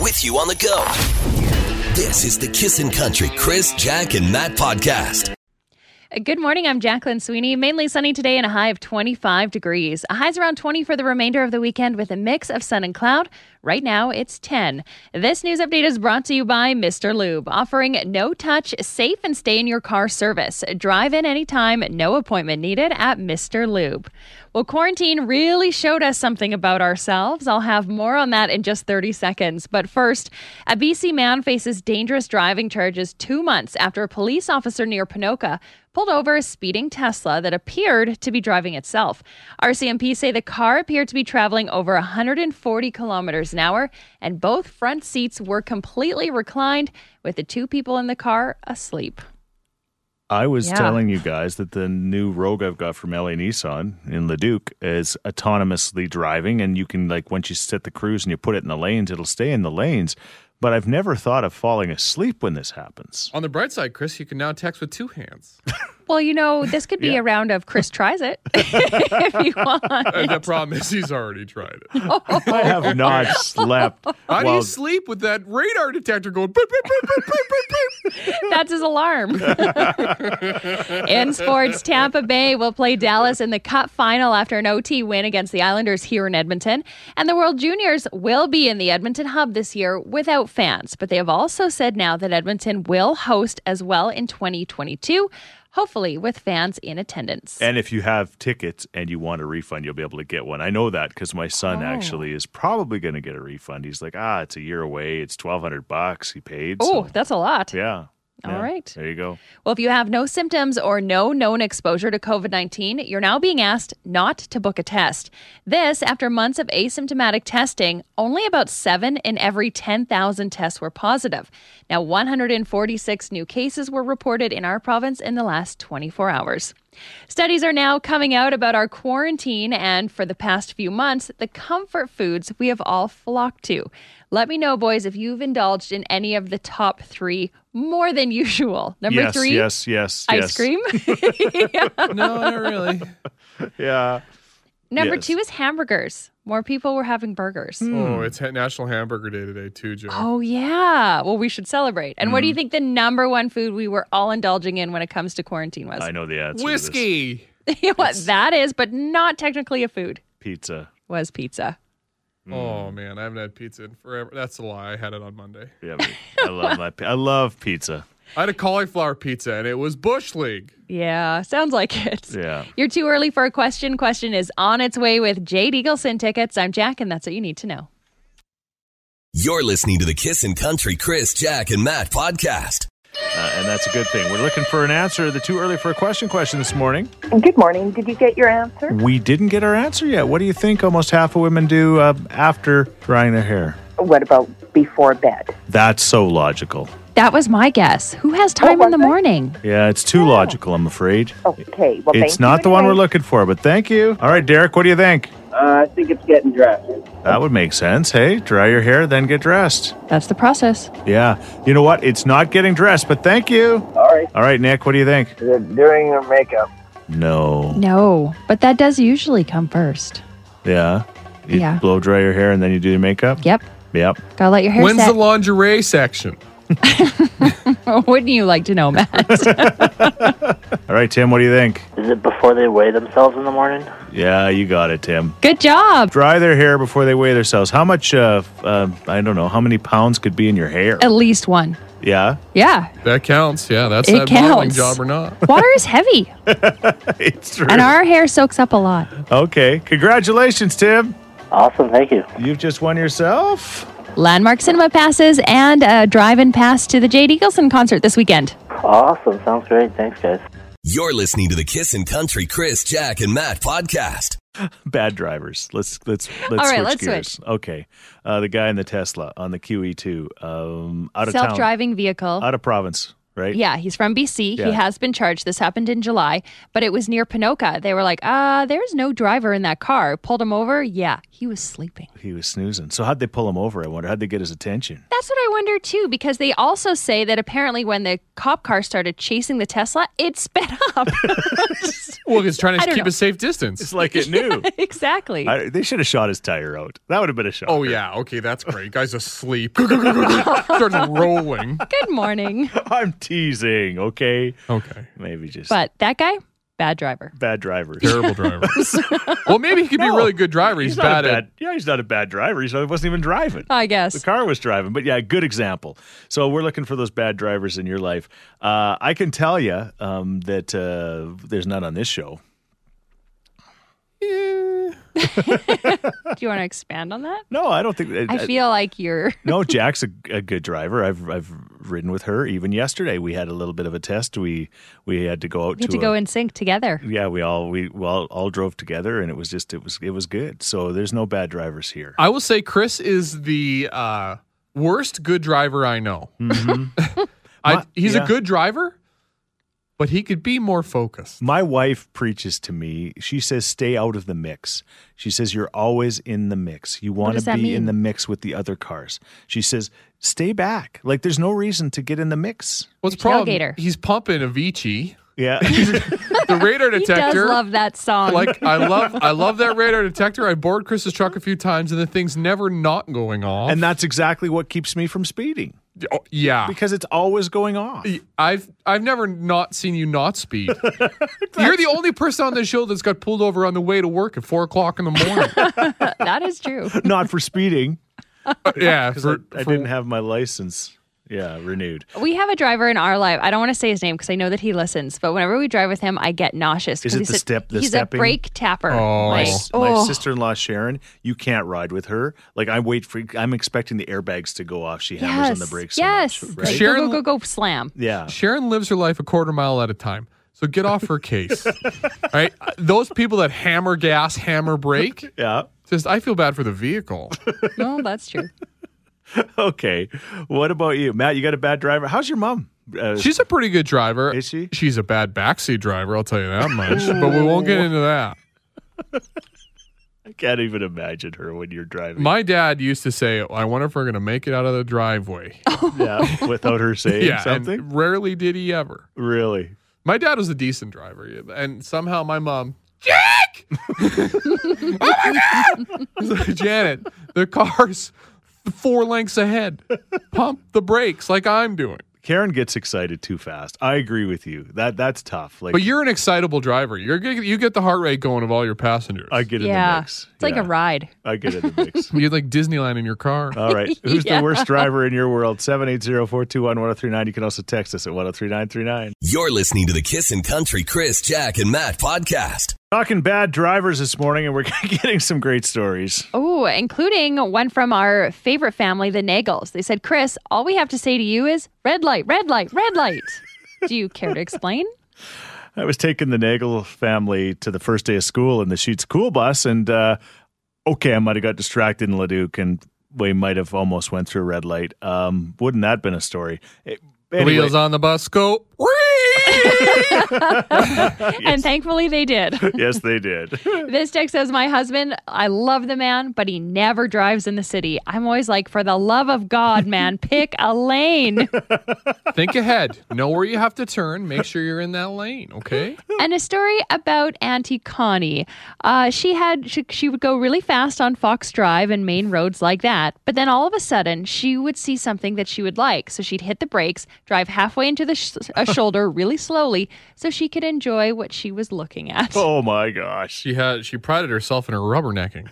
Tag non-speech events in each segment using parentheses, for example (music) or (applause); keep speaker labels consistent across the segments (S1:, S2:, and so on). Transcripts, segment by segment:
S1: with you on the go. This is the Kissin' Country Chris, Jack, and Matt podcast.
S2: Uh, Good morning. I'm Jacqueline Sweeney. Mainly sunny today and a high of 25 degrees. A high's around 20 for the remainder of the weekend with a mix of sun and cloud. Right now, it's 10. This news update is brought to you by Mr. Lube, offering no touch, safe, and stay in your car service. Drive in anytime, no appointment needed at Mr. Lube. Well, quarantine really showed us something about ourselves. I'll have more on that in just 30 seconds. But first, a BC man faces dangerous driving charges two months after a police officer near Pinoca pulled over a speeding Tesla that appeared to be driving itself. RCMP say the car appeared to be traveling over 140 kilometers an hour, and both front seats were completely reclined, with the two people in the car asleep.
S3: I was
S2: Yeah.
S3: telling you guys that the new Rogue I've got from LA Nissan in Leduc is autonomously driving, and you can like once you set the cruise and you put it in the lanes, it'll stay in the lanes. But I've never thought of falling asleep when this
S4: (laughs)
S3: happens.
S4: On the bright side, Chris, you can now text with
S2: (laughs)
S4: two hands.
S2: Well, you know, this could be
S3: Yeah.
S2: a round of Chris tries it (laughs) if you want.
S4: And the problem is he's already tried it.
S2: Oh.
S3: I have not (laughs) slept.
S4: How do
S3: while-
S4: you sleep with that radar detector going beep, beep, beep, beep, beep, beep, beep?
S2: That's his alarm. in sports, Tampa Bay will play Dallas in the Cup final after an OT win against the Islanders here in Edmonton. And the World Juniors will be in the Edmonton Hub this year without fans. But they have also said now that Edmonton will host as well in 2022, hopefully with fans in attendance.
S3: And if you have tickets and you want a refund, you'll be able to get one. I know that because my son
S2: Oh.
S3: actually is probably going to get a refund. He's like, ah, it's a year away. It's twelve hundred bucks he paid. so-
S2: oh, that's a lot.
S3: yeah.
S2: All
S3: Yeah.
S2: right.
S3: There you go.
S2: Well, if you have no symptoms or no known exposure to COVID 19, you're now being asked not to book a test. This after months of asymptomatic testing, only about seven in every 10,000 tests were positive. Now, 146 new cases were reported in our province in the last 24 hours. Studies are now coming out about our quarantine and for the past few months, the comfort foods we have all flocked to. Let me know, boys, if you've indulged in any of the top three more than (laughs) usual. Number
S3: yes,
S2: three,
S3: yes, yes,
S2: ice
S3: yes. (laughs)
S2: cream. (laughs)
S4: No, not really.
S3: Yeah.
S2: Number
S3: Yes. Mm.
S2: two is hamburgers. More people were having burgers.
S4: (laughs) Oh, it's ha- National Hamburger Day today, too, Joe.
S2: Hmm. Oh, yeah. Well, we should celebrate. And what do you
S3: Mm.
S2: think the number one food we were all indulging in when it comes to quarantine was?
S3: I know the answer. to this.
S4: Whiskey.
S2: You know (laughs) what that is, but not technically a food,
S3: pizza. Mm.
S2: was pizza. Hmm.
S4: Oh, man, I haven't had pizza in forever. That's a lie. I had it on Monday.
S3: Yeah, but I love my. I love pizza.
S4: I had a cauliflower pizza, and it was Bush League.
S2: Yeah, sounds like it.
S3: Yeah.
S2: You're too early for a question. Question is on its way with Jade Eagleson tickets. I'm Jack, and that's what you need to know.
S1: You're listening to the Kissin' Country Chris, Jack, and Matt podcast.
S3: Uh, and that's a good thing. We're looking for an answer to the too early for a question question this morning.
S5: Good morning. Did you get your answer?
S3: We didn't get our answer yet. What do you think almost half of women do uh, after drying their hair?
S5: What about before bed?
S3: That's so logical.
S2: That was my guess. Who has time in the
S5: was it?
S2: morning?
S3: Yeah, it's too logical, I'm afraid.
S5: Okay. Oh. Well,
S3: It's
S5: thank you
S3: not the one we're
S5: anyway.
S3: looking for, but thank you. All right, Derek, what do you think?
S6: Uh, I think it's getting dressed.
S3: That would make sense. Hey, dry your hair, then get dressed.
S2: That's the process.
S3: Yeah. You know what? It's not getting dressed, but thank you.
S6: All right,
S3: All right, Nick, what do you think?
S6: they're doing their makeup.
S3: No.
S2: No, but that does usually come first.
S3: Yeah. You
S2: Yeah.
S3: blow dry your hair and then you do your makeup?
S2: Yep.
S3: Yep.
S2: Gotta let your hair
S4: When's
S2: set.
S4: the lingerie section?
S2: (laughs) Wouldn't you like to know,
S3: (laughs)
S2: Matt?
S3: All right, Tim, what do you think?
S6: Is it before they weigh themselves in the morning?
S3: Yeah, you got it, Tim.
S2: Good job.
S3: Dry their hair before they weigh themselves. How much, uh, f- uh, I don't know, how many pounds could be in your hair?
S2: At least one.
S3: Yeah. (laughs)
S2: Yeah.
S4: That counts. Yeah, that's
S2: It
S4: that modeling
S2: counts.
S4: job
S2: (laughs)
S4: or not.
S2: Water is heavy,
S3: It's true.
S2: and our hair soaks up a lot.
S3: okay. Congratulations, Tim.
S6: Awesome, thank you.
S3: You've just won yourself.
S2: Landmark Cinema passes and a drive-in pass to the Jade Eagleson concert this weekend.
S6: Awesome, sounds great. Thanks, guys.
S1: You're listening to the Kissin' Country Chris, Jack, and Matt podcast.
S3: Bad drivers. Let's let's let's
S2: All right,
S3: switch
S2: let's
S3: gears. Okay. Uh, the guy in the Tesla on the QE2, um, out of town,
S2: Self-driving vehicle.
S3: out of province. right?
S2: Yeah, he's from BC.
S3: Yeah.
S2: He has been charged. This happened in July, but it was near Pinoca. They were like, ah, there's no driver in that car. Pulled him over. Yeah, he was sleeping.
S3: He was snoozing. So how'd they pull him over? I wonder. How'd they get his attention?
S2: That's what I wonder too, because they also say that apparently when the cop car started chasing the Tesla, it sped
S3: (laughs)
S2: up. (laughs)
S4: Well, he's trying
S2: I
S4: to
S2: don't
S4: keep
S2: know.
S4: a safe distance.
S3: It's like it
S2: (laughs)
S3: knew.
S2: exactly.
S3: I, they should have shot his tire out. That would have been a shot.
S4: Oh yeah, okay, that's great. Guy's asleep. (laughs) Starts rolling.
S2: Good
S3: (laughs)
S2: morning.
S3: (laughs) I'm teasing. Okay,
S4: Okay.
S3: maybe just
S2: but that guy, bad driver.
S3: bad driver.
S4: Terrible driver. well, maybe he could be a really good driver. He's,
S3: not
S4: bad,
S3: a
S4: at
S3: yeah. He's not a bad driver. He wasn't even driving.
S2: I guess.
S3: The car was driving, but yeah, good example. So we're looking for those bad drivers in your life. Uh, I can tell you um, that uh, there's none on this show.
S2: Eh. Do you want to expand on that?
S3: No, I don't think.
S2: I feel like
S3: (laughs)
S2: you're.
S3: no, Jack's a, a good driver. I've I've ridden with her even yesterday. We had a little bit of a test. We we had to go out
S2: We had
S3: to,
S2: to go
S3: a-
S2: in sync together.
S3: yeah, we all we well all drove together, and it was just it was it was good. So there's no bad drivers here.
S4: I will say Chris is the uh, worst good driver I know. (laughs) I,
S3: My-
S4: he's
S3: yeah.
S4: a good driver, but he could be more focused.
S3: My wife preaches to me. She says, "Stay out of the mix." She says, "You're always in the mix. You want
S2: does
S3: to
S2: that
S3: be in
S2: mean?
S3: the mix with the other cars." She says, "Stay back. Like there's no reason to get in the mix."
S4: What's the
S2: Your
S4: problem?
S2: tailgater.
S4: He's pumping Avicii,
S3: Yeah, (laughs)
S4: the radar
S2: He does
S4: detector.
S2: love that song.
S4: like I love, I love that radar detector. I bored Chris's truck a few times, and the thing's never not going off.
S3: and that's exactly what keeps me from speeding
S4: Oh, yeah,
S3: because it's always going off.
S4: I've I've never not seen you
S3: (laughs)
S4: not speed. You're the only person on this show that's got pulled over on the way to work at four o'clock in the
S3: (laughs)
S4: morning.
S2: that is true.
S3: Not for speeding
S4: yeah,
S3: because
S4: (laughs) for-
S3: I, I
S4: for-
S3: didn't have my license. Yeah, renewed.
S2: We have a driver in our life. I don't want to say his name because I know that he listens, but whenever we drive with him, I get nauseous. 'cause
S3: it
S2: he's
S3: the
S2: a-
S3: step- the
S2: he's
S3: stepping?
S2: a brake tapper.
S4: Oh.
S2: Like,
S3: My, s-
S2: oh.
S3: my sister-in-law Sharon, you can't ride with her. Like I wait for, I'm expecting the airbags to go off. She hammers on the
S2: Yes,
S3: brakes. so
S2: Yes.
S3: much,
S2: Like,
S3: right?
S2: go,
S4: Sharon-
S2: go, go, go,
S3: (laughs)
S2: slam.
S3: Yeah,
S4: Sharon lives her life a quarter mile at a time. So get off her
S3: (laughs)
S4: case. All right. Those people that hammer gas,
S3: (laughs)
S4: hammer brake,
S3: yeah.
S4: just I feel bad for the vehicle.
S2: No, Oh, that's true.
S3: Okay. What about you, Matt? You got a bad driver. How's your mom? Uh,
S4: She's a pretty good driver.
S3: Is she?
S4: She's a bad backseat driver, I'll tell you that much. but we won't get into that.
S3: I can't even imagine her when you're driving. (laughs)
S4: My dad used to say, I wonder if we're gonna make it out of the driveway.
S3: yeah, without
S4: (laughs)
S3: her saying
S4: and
S3: something.
S4: rarely did he ever.
S3: really?
S4: My dad was a decent driver, and somehow my mom, (laughs) Jack, oh my god, Janet, the car's four lengths ahead. Pump the brakes like I'm doing.
S3: Karen gets excited too fast. I agree with you. That that's tough. Like
S4: But you're an excitable driver. You're g- you get the heart rate going of all your passengers.
S3: I get in the
S2: yeah.
S3: mix.
S2: It's like
S3: Yeah,
S2: a ride.
S3: I get in the
S2: (laughs)
S3: mix.
S4: You're like Disneyland in your car.
S3: All right. Who's
S2: Yeah.
S3: the worst driver in your world? 780-421-1039. You can also text us at 103939.
S1: You're listening to the Kissin' Country Chris, Jack, and Matt podcast.
S3: Talking bad drivers this morning and we're (laughs) getting some great stories.
S2: Oh, including one from our favorite family, the Nagels. They said, Chris, all we have to say to you is red light, red light, red light. Do you care to explain?
S3: I was taking the Nagel family to the first day of school in the Sheets Cool Bus, and uh, okay, I might have got distracted in Leduc, and we might have almost went through a red light. Um, wouldn't that been a story? It- anyway,
S4: Wheels on the bus go.
S2: And thankfully they did.
S3: yes,
S2: (laughs)
S3: they did.
S2: This text says, My husband, I love the man, but he never drives in the city. I'm always like, For the love of God, man, pick a lane.
S4: Think ahead. Know where you have to turn. Make sure you're in that lane. Okay.
S2: and a story about Auntie Connie. Uh, she had she, she would go really fast on Fox Drive and main roads like that, but then all of a sudden she would see something that she would like, so she'd hit the brakes, drive halfway into the sh- a shoulder really slowly, so she could enjoy what she was looking at.
S3: Oh my gosh.
S4: She had she prided herself in her rubbernecking.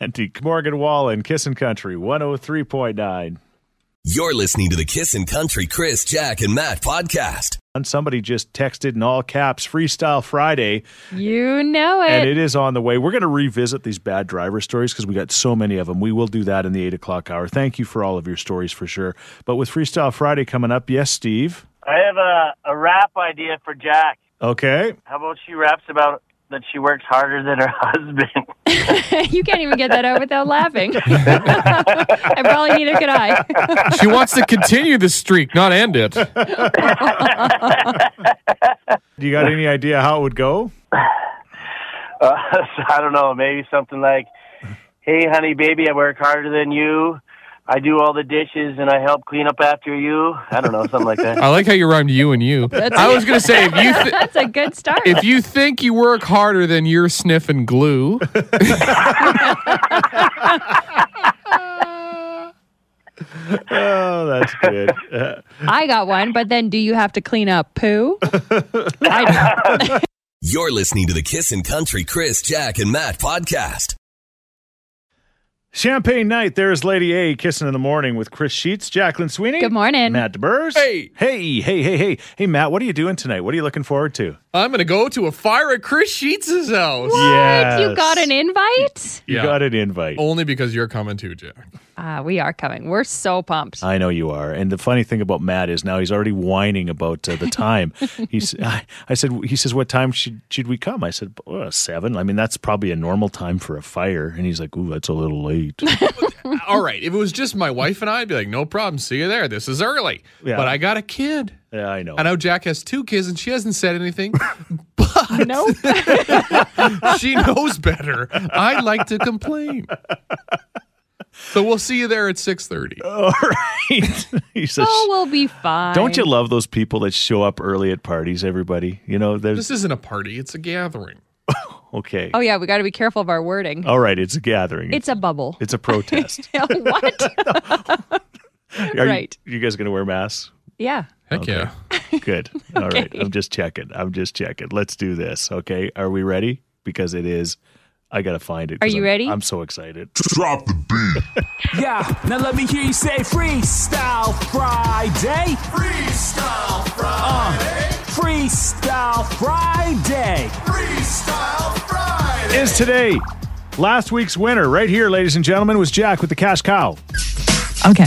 S3: Auntie Morgan Wallen, Kissin' Country, 103.9.
S1: You're listening to the Kissin' Country Chris, Jack, and Matt podcast.
S3: And Somebody just texted in all caps Freestyle Friday,
S2: You know
S3: and
S2: it.
S3: it is on the way. We're going to revisit these bad driver stories because we got so many of them. We will do that in the eight o'clock hour. Thank you for all of your stories for sure. But with Freestyle Friday coming up, yes, Steve.
S7: I have a, a rap idea for Jack.
S3: Okay.
S7: How about she raps about
S6: that she works harder than her (laughs) husband.
S2: (laughs) you can't even get that out without laughing. (laughs) and probably neither could I.
S4: She wants to continue the streak, not end it.
S3: Do you got any idea how it would go?
S6: Uh, (laughs) I don't know. Maybe something like, "Hey, honey, baby, I work harder than you. I do all the dishes and I help clean up after you." I don't know, something like that.
S4: I like how you rhymed you and you. I was going to say if you
S2: (laughs)
S4: th-
S2: That's a good start.
S4: if you think you work harder than you're sniffing glue,
S3: Oh, that's good. (laughs) Uh,
S2: I got one, but then do you have to clean up poo? I do.
S1: You're listening to the Kissin' Country Chris, Jack, and Matt podcast.
S3: Champagne night. There's Lady A kissing in the morning with Chris Sheets, Jacqueline Sweeney.
S2: Good morning.
S3: Matt DeBurs.
S4: Hey.
S3: Hey, hey, hey, hey. Hey, Matt, what are you doing tonight? What are you looking forward to?
S4: I'm going to go to a fire at Chris Sheets' house.
S3: Yes.
S2: You got an invite?
S3: You
S4: Yeah.
S3: got an invite.
S4: Only because you're coming too, Jack.
S2: Ah, we are coming. We're so pumped.
S3: I know you are. And the funny thing about Matt is now he's already whining about uh, the
S2: (laughs)
S3: time. he's, I, I said, he says, what time should, should we come? I said, well, seven. I mean, that's probably a normal time for a fire. And he's like, ooh, that's a little late.
S2: (laughs)
S4: All right, if it was just my wife and I, I'd be like, no problem, see you there. This is early.
S3: Yeah.
S4: But I got a kid.
S3: yeah, I know.
S4: I know Jack has two kids and she hasn't said anything, (laughs)
S3: (laughs)
S4: but
S2: No.
S4: she knows better. I'd like to complain. So we'll see you there at 6:30.
S3: All right. (laughs) he says,
S2: oh, we'll be fine.
S3: don't you love those people that show up early at parties, everybody? You know, there's,
S4: This isn't a party, it's a gathering.
S3: okay.
S2: Oh, yeah. We got to be careful of our wording.
S3: All right, it's a gathering.
S2: It's a bubble.
S3: Oh. it's a
S2: (laughs)
S3: protest.
S2: what?
S3: Are
S2: Right.
S3: You, you guys going to wear masks?
S2: Yeah.
S4: Heck yeah.
S2: (laughs)
S3: Good. All right. I'm just checking. I'm just checking. Let's do this. Okay. Are we ready? Because it is. I gotta find it. 'cause
S2: Are you
S3: I'm-
S2: ready?
S3: I'm so excited. (laughs)
S7: Yeah, now let me hear you say Freestyle Friday. Freestyle Friday. freestyle Friday.
S3: Is today last week's winner right here, ladies and gentlemen, was Jack with the cash cow.
S2: Okay.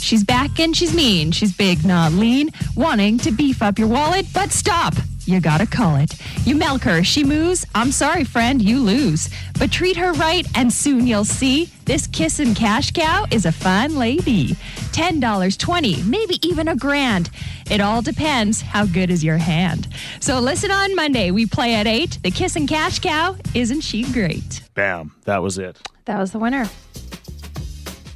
S2: She's back and she's mean. She's big, not lean, wanting to beef up your wallet, but stop. You gotta call it. You milk her, she moves. I'm sorry, friend, you lose. But treat her right, and soon you'll see this kissin' cash cow is a fine lady. $10, 20 maybe even a grand. It all depends how good is your hand. So listen on Monday. We play at 8. The kissin' cash cow, isn't she great?
S3: Bam. That was it.
S2: That was the winner.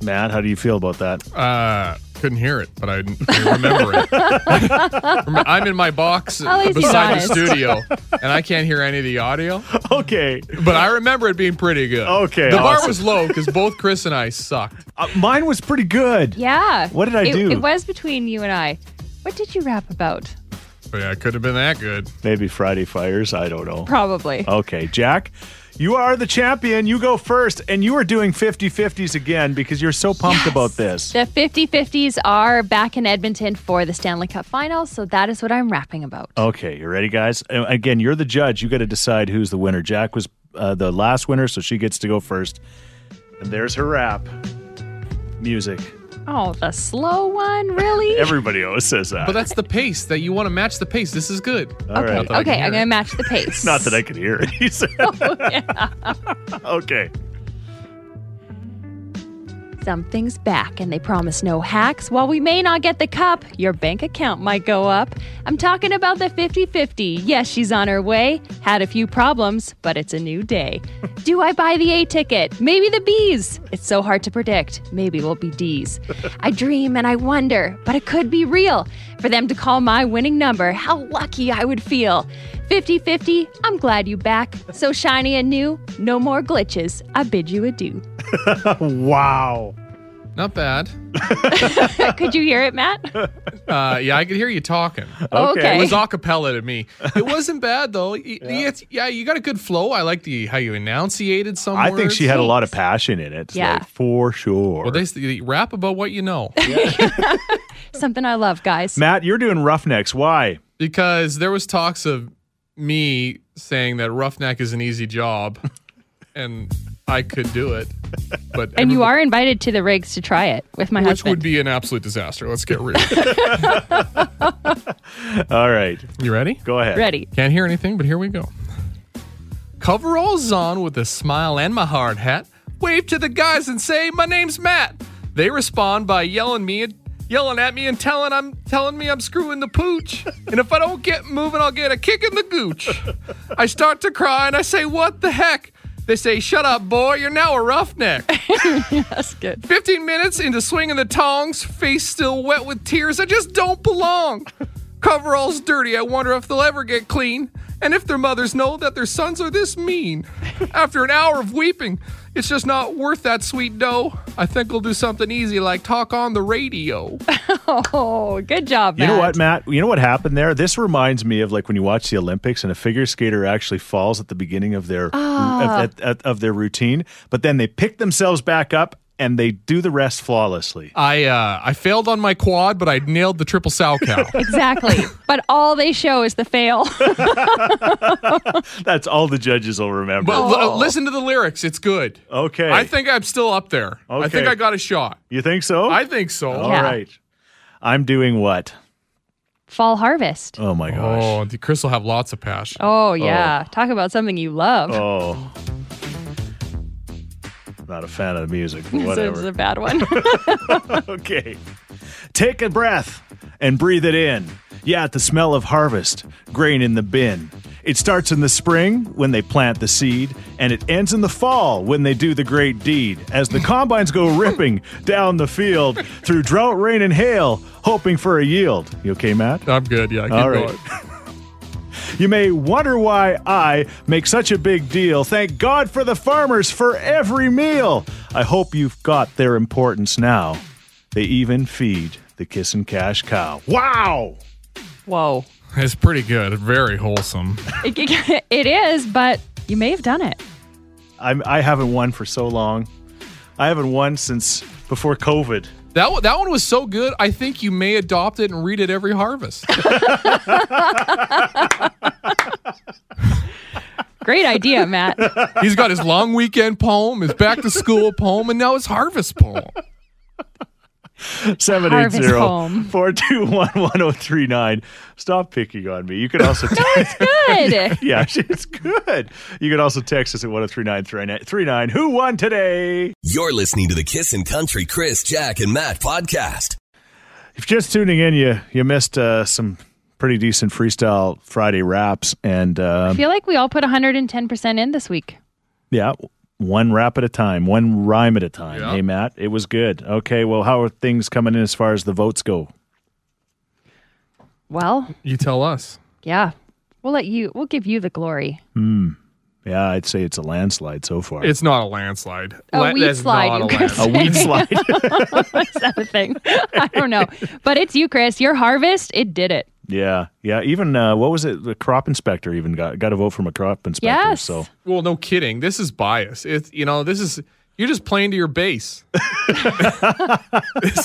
S3: Matt, how do you feel about that? (laughs)
S4: Uh couldn't hear it, but I, I remember it. (laughs) Remember- I'm in my box
S2: least he's
S4: beside the
S2: honest.
S4: studio, and I can't hear any of the audio.
S3: Okay.
S4: But I remember it being pretty good.
S3: Okay,
S4: The bar
S3: awesome.
S4: was low because both Chris and I sucked.
S3: Uh, mine was pretty good.
S2: Yeah.
S3: What did I
S2: it,
S3: do?
S2: It was between you and I. What did you rap about?
S4: But Oh, yeah, it could have been that good.
S3: Maybe Friday fires. I don't know.
S2: Probably.
S3: Okay, Jack, you are the champion. You go first, and you are doing 50 50s again because you're so pumped about this.
S2: The 50 50s are back in Edmonton for the Stanley Cup final, so that is what I'm rapping about.
S3: Okay, you ready, guys? Uh, Again, you're the judge. You got to decide who's the winner. Jack was uh, the last winner, so she gets to go first. And there's her rap. Music.
S2: Oh, the slow one? Really?
S3: Everybody always says that.
S4: But that's the pace that you want to match the pace. This is good.
S3: All right.
S4: I can
S2: okay,
S4: hear
S2: I'm going
S4: it.
S2: to match the pace.
S3: (laughs) Not that I could hear it. He said. (laughs) okay.
S2: Something's back, and they promise no hacks. While we may not get the cup, your bank account might go up. I'm talking about the 50 50. Yes, she's on her way. Had a few problems, but it's a new day. Do I buy the A ticket? Maybe the B's. It's so hard to predict. Maybe we'll be D's. I dream and I wonder, but it could be real. For them to call my winning number, how lucky I would feel. 50 50, I'm glad you back. So shiny and new, no more glitches. I bid you adieu.
S3: Wow.
S4: Not bad.
S2: Could you hear it, Matt?
S4: Uh, yeah, I could hear you talking. It
S2: Okay. (laughs)
S4: was a cappella to me. It wasn't bad though. Y- Yeah. it's- yeah, you got a good flow. I like the how you enunciated some
S3: I think
S4: words.
S3: she had a lot of passion in it.
S2: Yeah.
S3: like, for sure.
S4: Well, they, they rap about what you know
S2: Something I love, guys.
S3: Matt, you're doing Roughnecks. Why?
S4: because there was talks of me saying that roughneck is an easy job, and I could do it, but
S2: and you
S4: everybody-
S2: are invited to the rigs to try it with my
S4: which
S2: husband.
S4: would be an absolute disaster. Let's get real.
S3: All right.
S4: you ready?
S3: Go ahead.
S2: ready. (laughs)
S4: Can't hear anything, but here we go. coveralls on with a smile and my hard hat, wave to the guys and say, "My name's Matt." They respond by yelling me yelling at me and telling I'm telling me I'm screwing the pooch. And if I don't get moving, I'll get a kick in the gooch. I start to cry and I say, "What the heck?" They say, "Shut up, boy. You're now a roughneck."
S2: That's good. (laughs)
S4: 15 minutes into swinging the tongs, face still wet with tears. I just don't belong. Coveralls dirty. I wonder if they'll ever get clean. And if their mothers know that their sons are this mean. After an hour of weeping, it's just not worth that sweet dough. I think we'll do something easy like talk on the radio.
S2: Oh, good job,
S3: You
S2: Matt.
S3: know what, Matt? You know what happened there? This reminds me of like when you watch the Olympics and a figure skater actually falls at the beginning of their of, of, of their routine, but then they pick themselves back up and they do the rest flawlessly.
S4: I uh, I failed on my quad, but I nailed the triple sow
S3: (laughs)
S4: cow.
S2: Exactly. but all they show is the fail.
S3: That's all the judges will remember.
S4: But li- listen to the lyrics; it's good.
S3: okay.
S4: I think I'm still up there. I think
S3: Okay.
S4: I got a shot.
S3: you think so?
S4: I think so.
S3: All
S2: Yeah.
S3: right. I'm doing what?
S2: Fall harvest.
S3: Oh my gosh.
S4: Oh, the Chris will have lots of passion.
S2: Oh, yeah. Talk about something you love. (laughs)
S3: Oh. Not a fan of the music.
S2: (laughs)
S3: but
S2: So
S3: Whatever.
S2: it's a bad one.
S3: Okay. Take a breath and breathe it in. Yeah, the smell of harvest, grain in the bin. It starts in the spring when they plant the seed, and it ends in the fall when they do the great deed. As the
S2: (laughs)
S3: combines go ripping down the field through drought, rain, and hail, hoping for a yield. You okay, Matt?
S4: I'm good. Yeah, keep
S3: All right.
S4: going. (laughs)
S3: You may wonder why I make such a big deal. Thank God for the farmers for every meal. I hope you've got their importance now. They even feed the kiss and cash cow. Wow!
S2: Whoa.
S4: It's pretty good. Very wholesome.
S2: It, (laughs) it- (laughs) it is, but you may have done it.
S3: I'm, I haven't won for so long. I haven't won since before COVID.
S4: That one, that one was so good. I think you may adopt it and read it
S3: (laughs)
S4: every harvest.
S2: Great idea, Matt.
S4: He's got his long weekend poem, his back to school poem, and now his harvest poem.
S3: 780
S2: home.
S3: 421 1039. Stop picking on me. You can also. text.
S2: Good.
S3: (laughs) yeah, it's good. You can also text us at 103939. Who won today?
S1: You're listening to the Kissin' Country Chris, Jack, and Matt podcast.
S3: If you're just tuning in, you you missed uh, some pretty decent freestyle Friday raps, and
S2: I
S3: uh,
S2: feel like we all put 110% in this week.
S3: yeah, one rap at a time, one rhyme at a time.
S4: Yeah.
S3: Hey, Matt, it was good. Okay, well, how are things coming in as far as the votes go?
S2: Well,
S4: You tell us.
S2: yeah. We'll let you, we'll give you the glory.
S3: Yeah, I'd say it's a landslide so far.
S4: It's not a landslide.
S2: A
S4: La-
S2: weed
S4: that's
S2: slide,
S4: not a
S2: you guys.
S3: a
S4: (laughs) landslide.
S3: weed slide. (laughs)
S2: Is that a thing? (laughs) I don't know. But it's you, Chris. Your harvest, it did it.
S3: yeah, yeah. Even uh, what was it? The crop inspector even got got a vote from a crop inspector.
S2: Yes.
S3: So
S4: Well, no kidding. This is bias. It's you know this is you're just playing to your
S3: (laughs)
S4: base. this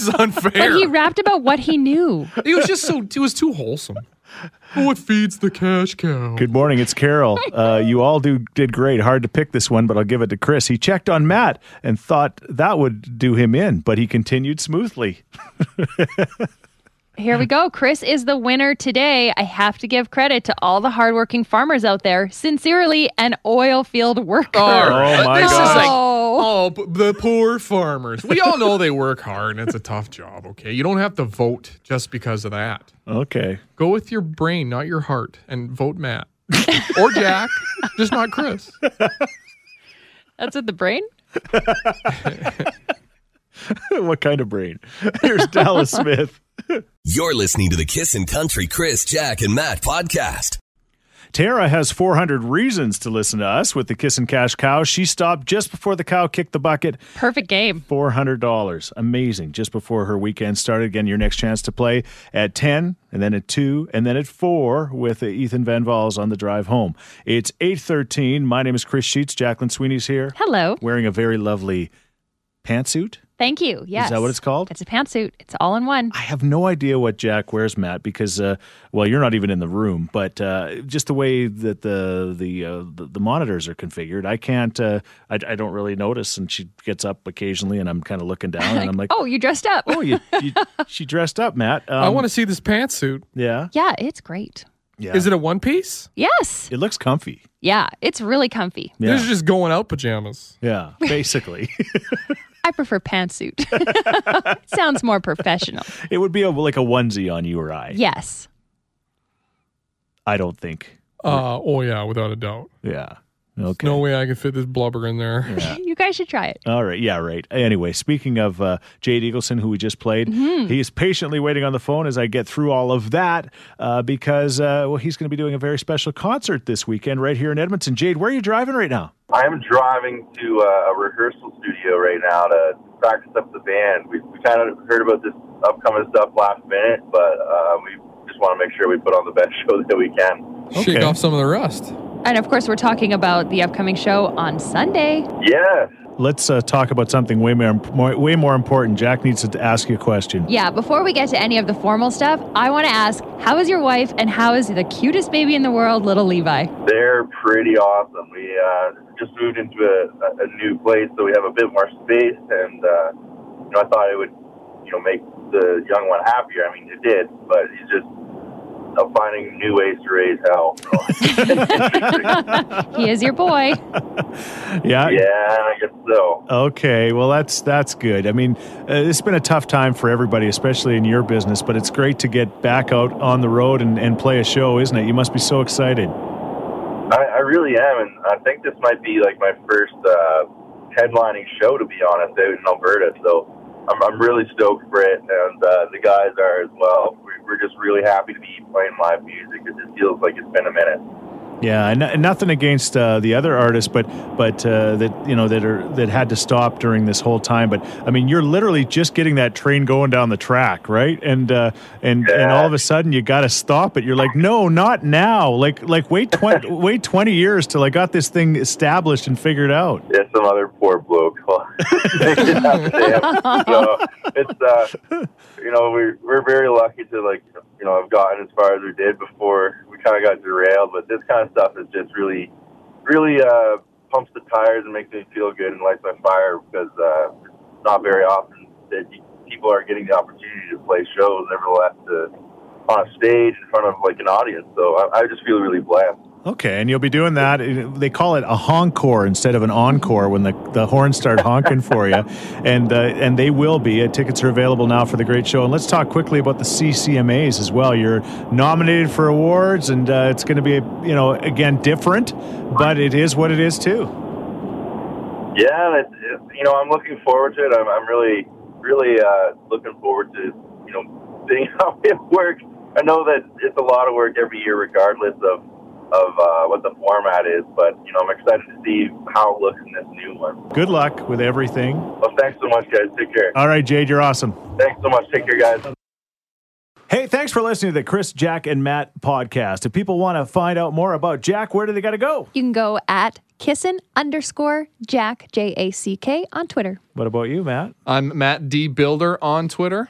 S4: is
S2: But
S4: unfair.
S2: he rapped about what he knew.
S4: It was just so it was too wholesome. What feeds the cash cow?
S3: Good morning, it's Carol. Uh, you all do did great. Hard to pick this one, but I'll give it to Chris. He checked on Matt and thought that would do him in, but he continued smoothly.
S2: Here we go. Chris is the winner today. I have to give credit to all the hardworking farmers out there. Sincerely, an oil field worker.
S3: Oh, my
S4: this
S3: God.
S4: Is like,
S2: No.
S4: oh, b- the poor farmers. We all know they work hard and it's a tough job, okay? You don't have to vote just because of that.
S3: Okay, (laughs)
S4: Go with your brain, not your heart, and vote Matt or Jack, (laughs) just not Chris.
S2: That's at the brain?
S3: what kind of brain? (laughs) Here's Dallas Smith.
S1: You're listening to the Kissin' Country Chris, Jack, and Matt podcast.
S3: Tara has 400 reasons to listen to us with the Kiss and Cash Cow. She stopped just before the cow kicked the bucket.
S2: Perfect game.
S3: $400. Amazing. Just before her weekend started. Again, your next chance to play at 10, and then at 2, and then at 4 with uh, Ethan Van Valls on the drive home. It's 8.13. My name is Chris Sheets. Jacqueline Sweeney's here.
S2: Hello.
S3: Wearing a very lovely pantsuit.
S2: Thank you. Yes.
S3: that what it's called?
S2: It's a pantsuit. It's all in one.
S3: I have no idea what Jack wears, Matt, because uh, well, you're not even in the room, but uh, just the way that the the, uh, the the monitors are configured, I can't, uh, I, I don't really notice. And she gets up occasionally, and I'm kind of looking down, and I'm like,
S2: (laughs) Oh, you dressed up.
S3: oh, you, you she dressed up, Matt. Um,
S4: I want to see this pantsuit.
S3: yeah.
S2: Yeah, it's great.
S3: Yeah.
S4: Is it a one piece?
S2: Yes.
S3: It looks comfy.
S2: Yeah, it's really comfy.
S3: Yeah.
S4: These are just going out pajamas.
S3: yeah. Basically, (laughs)
S2: I prefer pantsuit. (laughs) Sounds more professional.
S3: it would be a, like a onesie on you or I.
S2: Yes.
S3: I don't think.
S4: Uh, oh yeah, without a doubt.
S3: Yeah. Okay.
S4: No way I can fit this blubber in there.
S2: You guys should try it.
S3: All right. Yeah, right. Anyway, speaking of uh, Jade Eagleson, who we just played, he is patiently waiting on the phone as I get through all of that uh, because, uh, well, he's going to be doing a very special concert this weekend right here in Edmonton. Jade, where are you driving right now?
S8: I'm driving to uh, a rehearsal studio right now to practice up the band. We, we kind of heard about this upcoming stuff last minute, but uh, we just want to make sure we put on the best (laughs) show that we
S4: (laughs)
S8: can.
S4: Shake
S3: Okay.
S4: off some of the rust.
S2: And of course, we're talking about the upcoming show on Sunday.
S8: Yes.
S3: Let's uh, talk about something way more, more, way more important. Jack needs to ask you a question.
S2: Yeah, before we get to any of the formal stuff, I want to ask how is your wife and how is the cutest baby in the world, little Levi?
S8: They're pretty awesome. We uh, just moved into a, a- a new place, so we have a bit more space, and uh, you know, I thought it would, you know, make the young one happier. I mean, it did, but he's just uh, finding new ways to raise hell. So.
S2: He is your (laughs) boy.
S3: Yeah.
S8: yeah, I guess so.
S3: Okay, well that's that's good. I mean, uh, it's been a tough time for everybody, especially in your business, but it's great to get back out on the road and, and play a show, isn't it? You must be so excited.
S8: I, I really am, and I think this might be like my first uh, headlining show, to be honest, out in Alberta. So I'm, I'm really stoked for it, and uh, the guys are as well. We're, we're just really happy to be playing live music. It just feels like it's been a minute.
S3: Yeah, and and nothing against uh, the other artists, but but uh, that you know that are that had to stop during this whole time. But I mean, you're literally just getting that train going down the track, right? And uh, and and all of a sudden you got to stop it. You're like, no, not now. Like like wait twenty wait twenty years till I got this thing established and figured out.
S8: Yeah, some other poor bloke. (laughs) Makes it happen to him.
S2: (laughs)
S8: so it's uh, you know we're we're very lucky to like you know have gotten as far as we did before we kind of got derailed. But this kind of stuff is just really, really uh, pumps the tires and makes me feel good and lights my fire because uh, it's not very often that you, people are getting the opportunity to play shows, nevertheless, to, on a stage in front of like an audience. So I, I just feel really blessed.
S3: Okay, and you'll be doing that. They call it a honcore instead of an encore when the, the horns start honking for you, and uh, and they will be. Uh, tickets are available now for the great show. And let's talk quickly about the CCMAs as well. You're nominated for awards, and uh, it's going to be you know again different, but it is what it is too.
S8: Yeah, that's, you know, I'm looking forward to it. I'm, I'm really, really uh, looking forward to, you know, (laughs) being out at work. I know that it's a lot of work every year, regardless of of uh, what the format is. But you know, I'm excited to see how it looks in this new one.
S3: Good luck with everything.
S8: Well, thanks so much, guys. Take care.
S3: All right, Jade, you're awesome.
S8: Thanks so much. Take care, guys.
S3: Hey, thanks for listening to the Chris, Jack, and Matt podcast. If people want to find out more about Jack, where do they got to go?
S2: You can go at kissin underscore Jack, J A C K, on Twitter.
S3: What about you, Matt?
S4: I'm Matt D Builder on Twitter.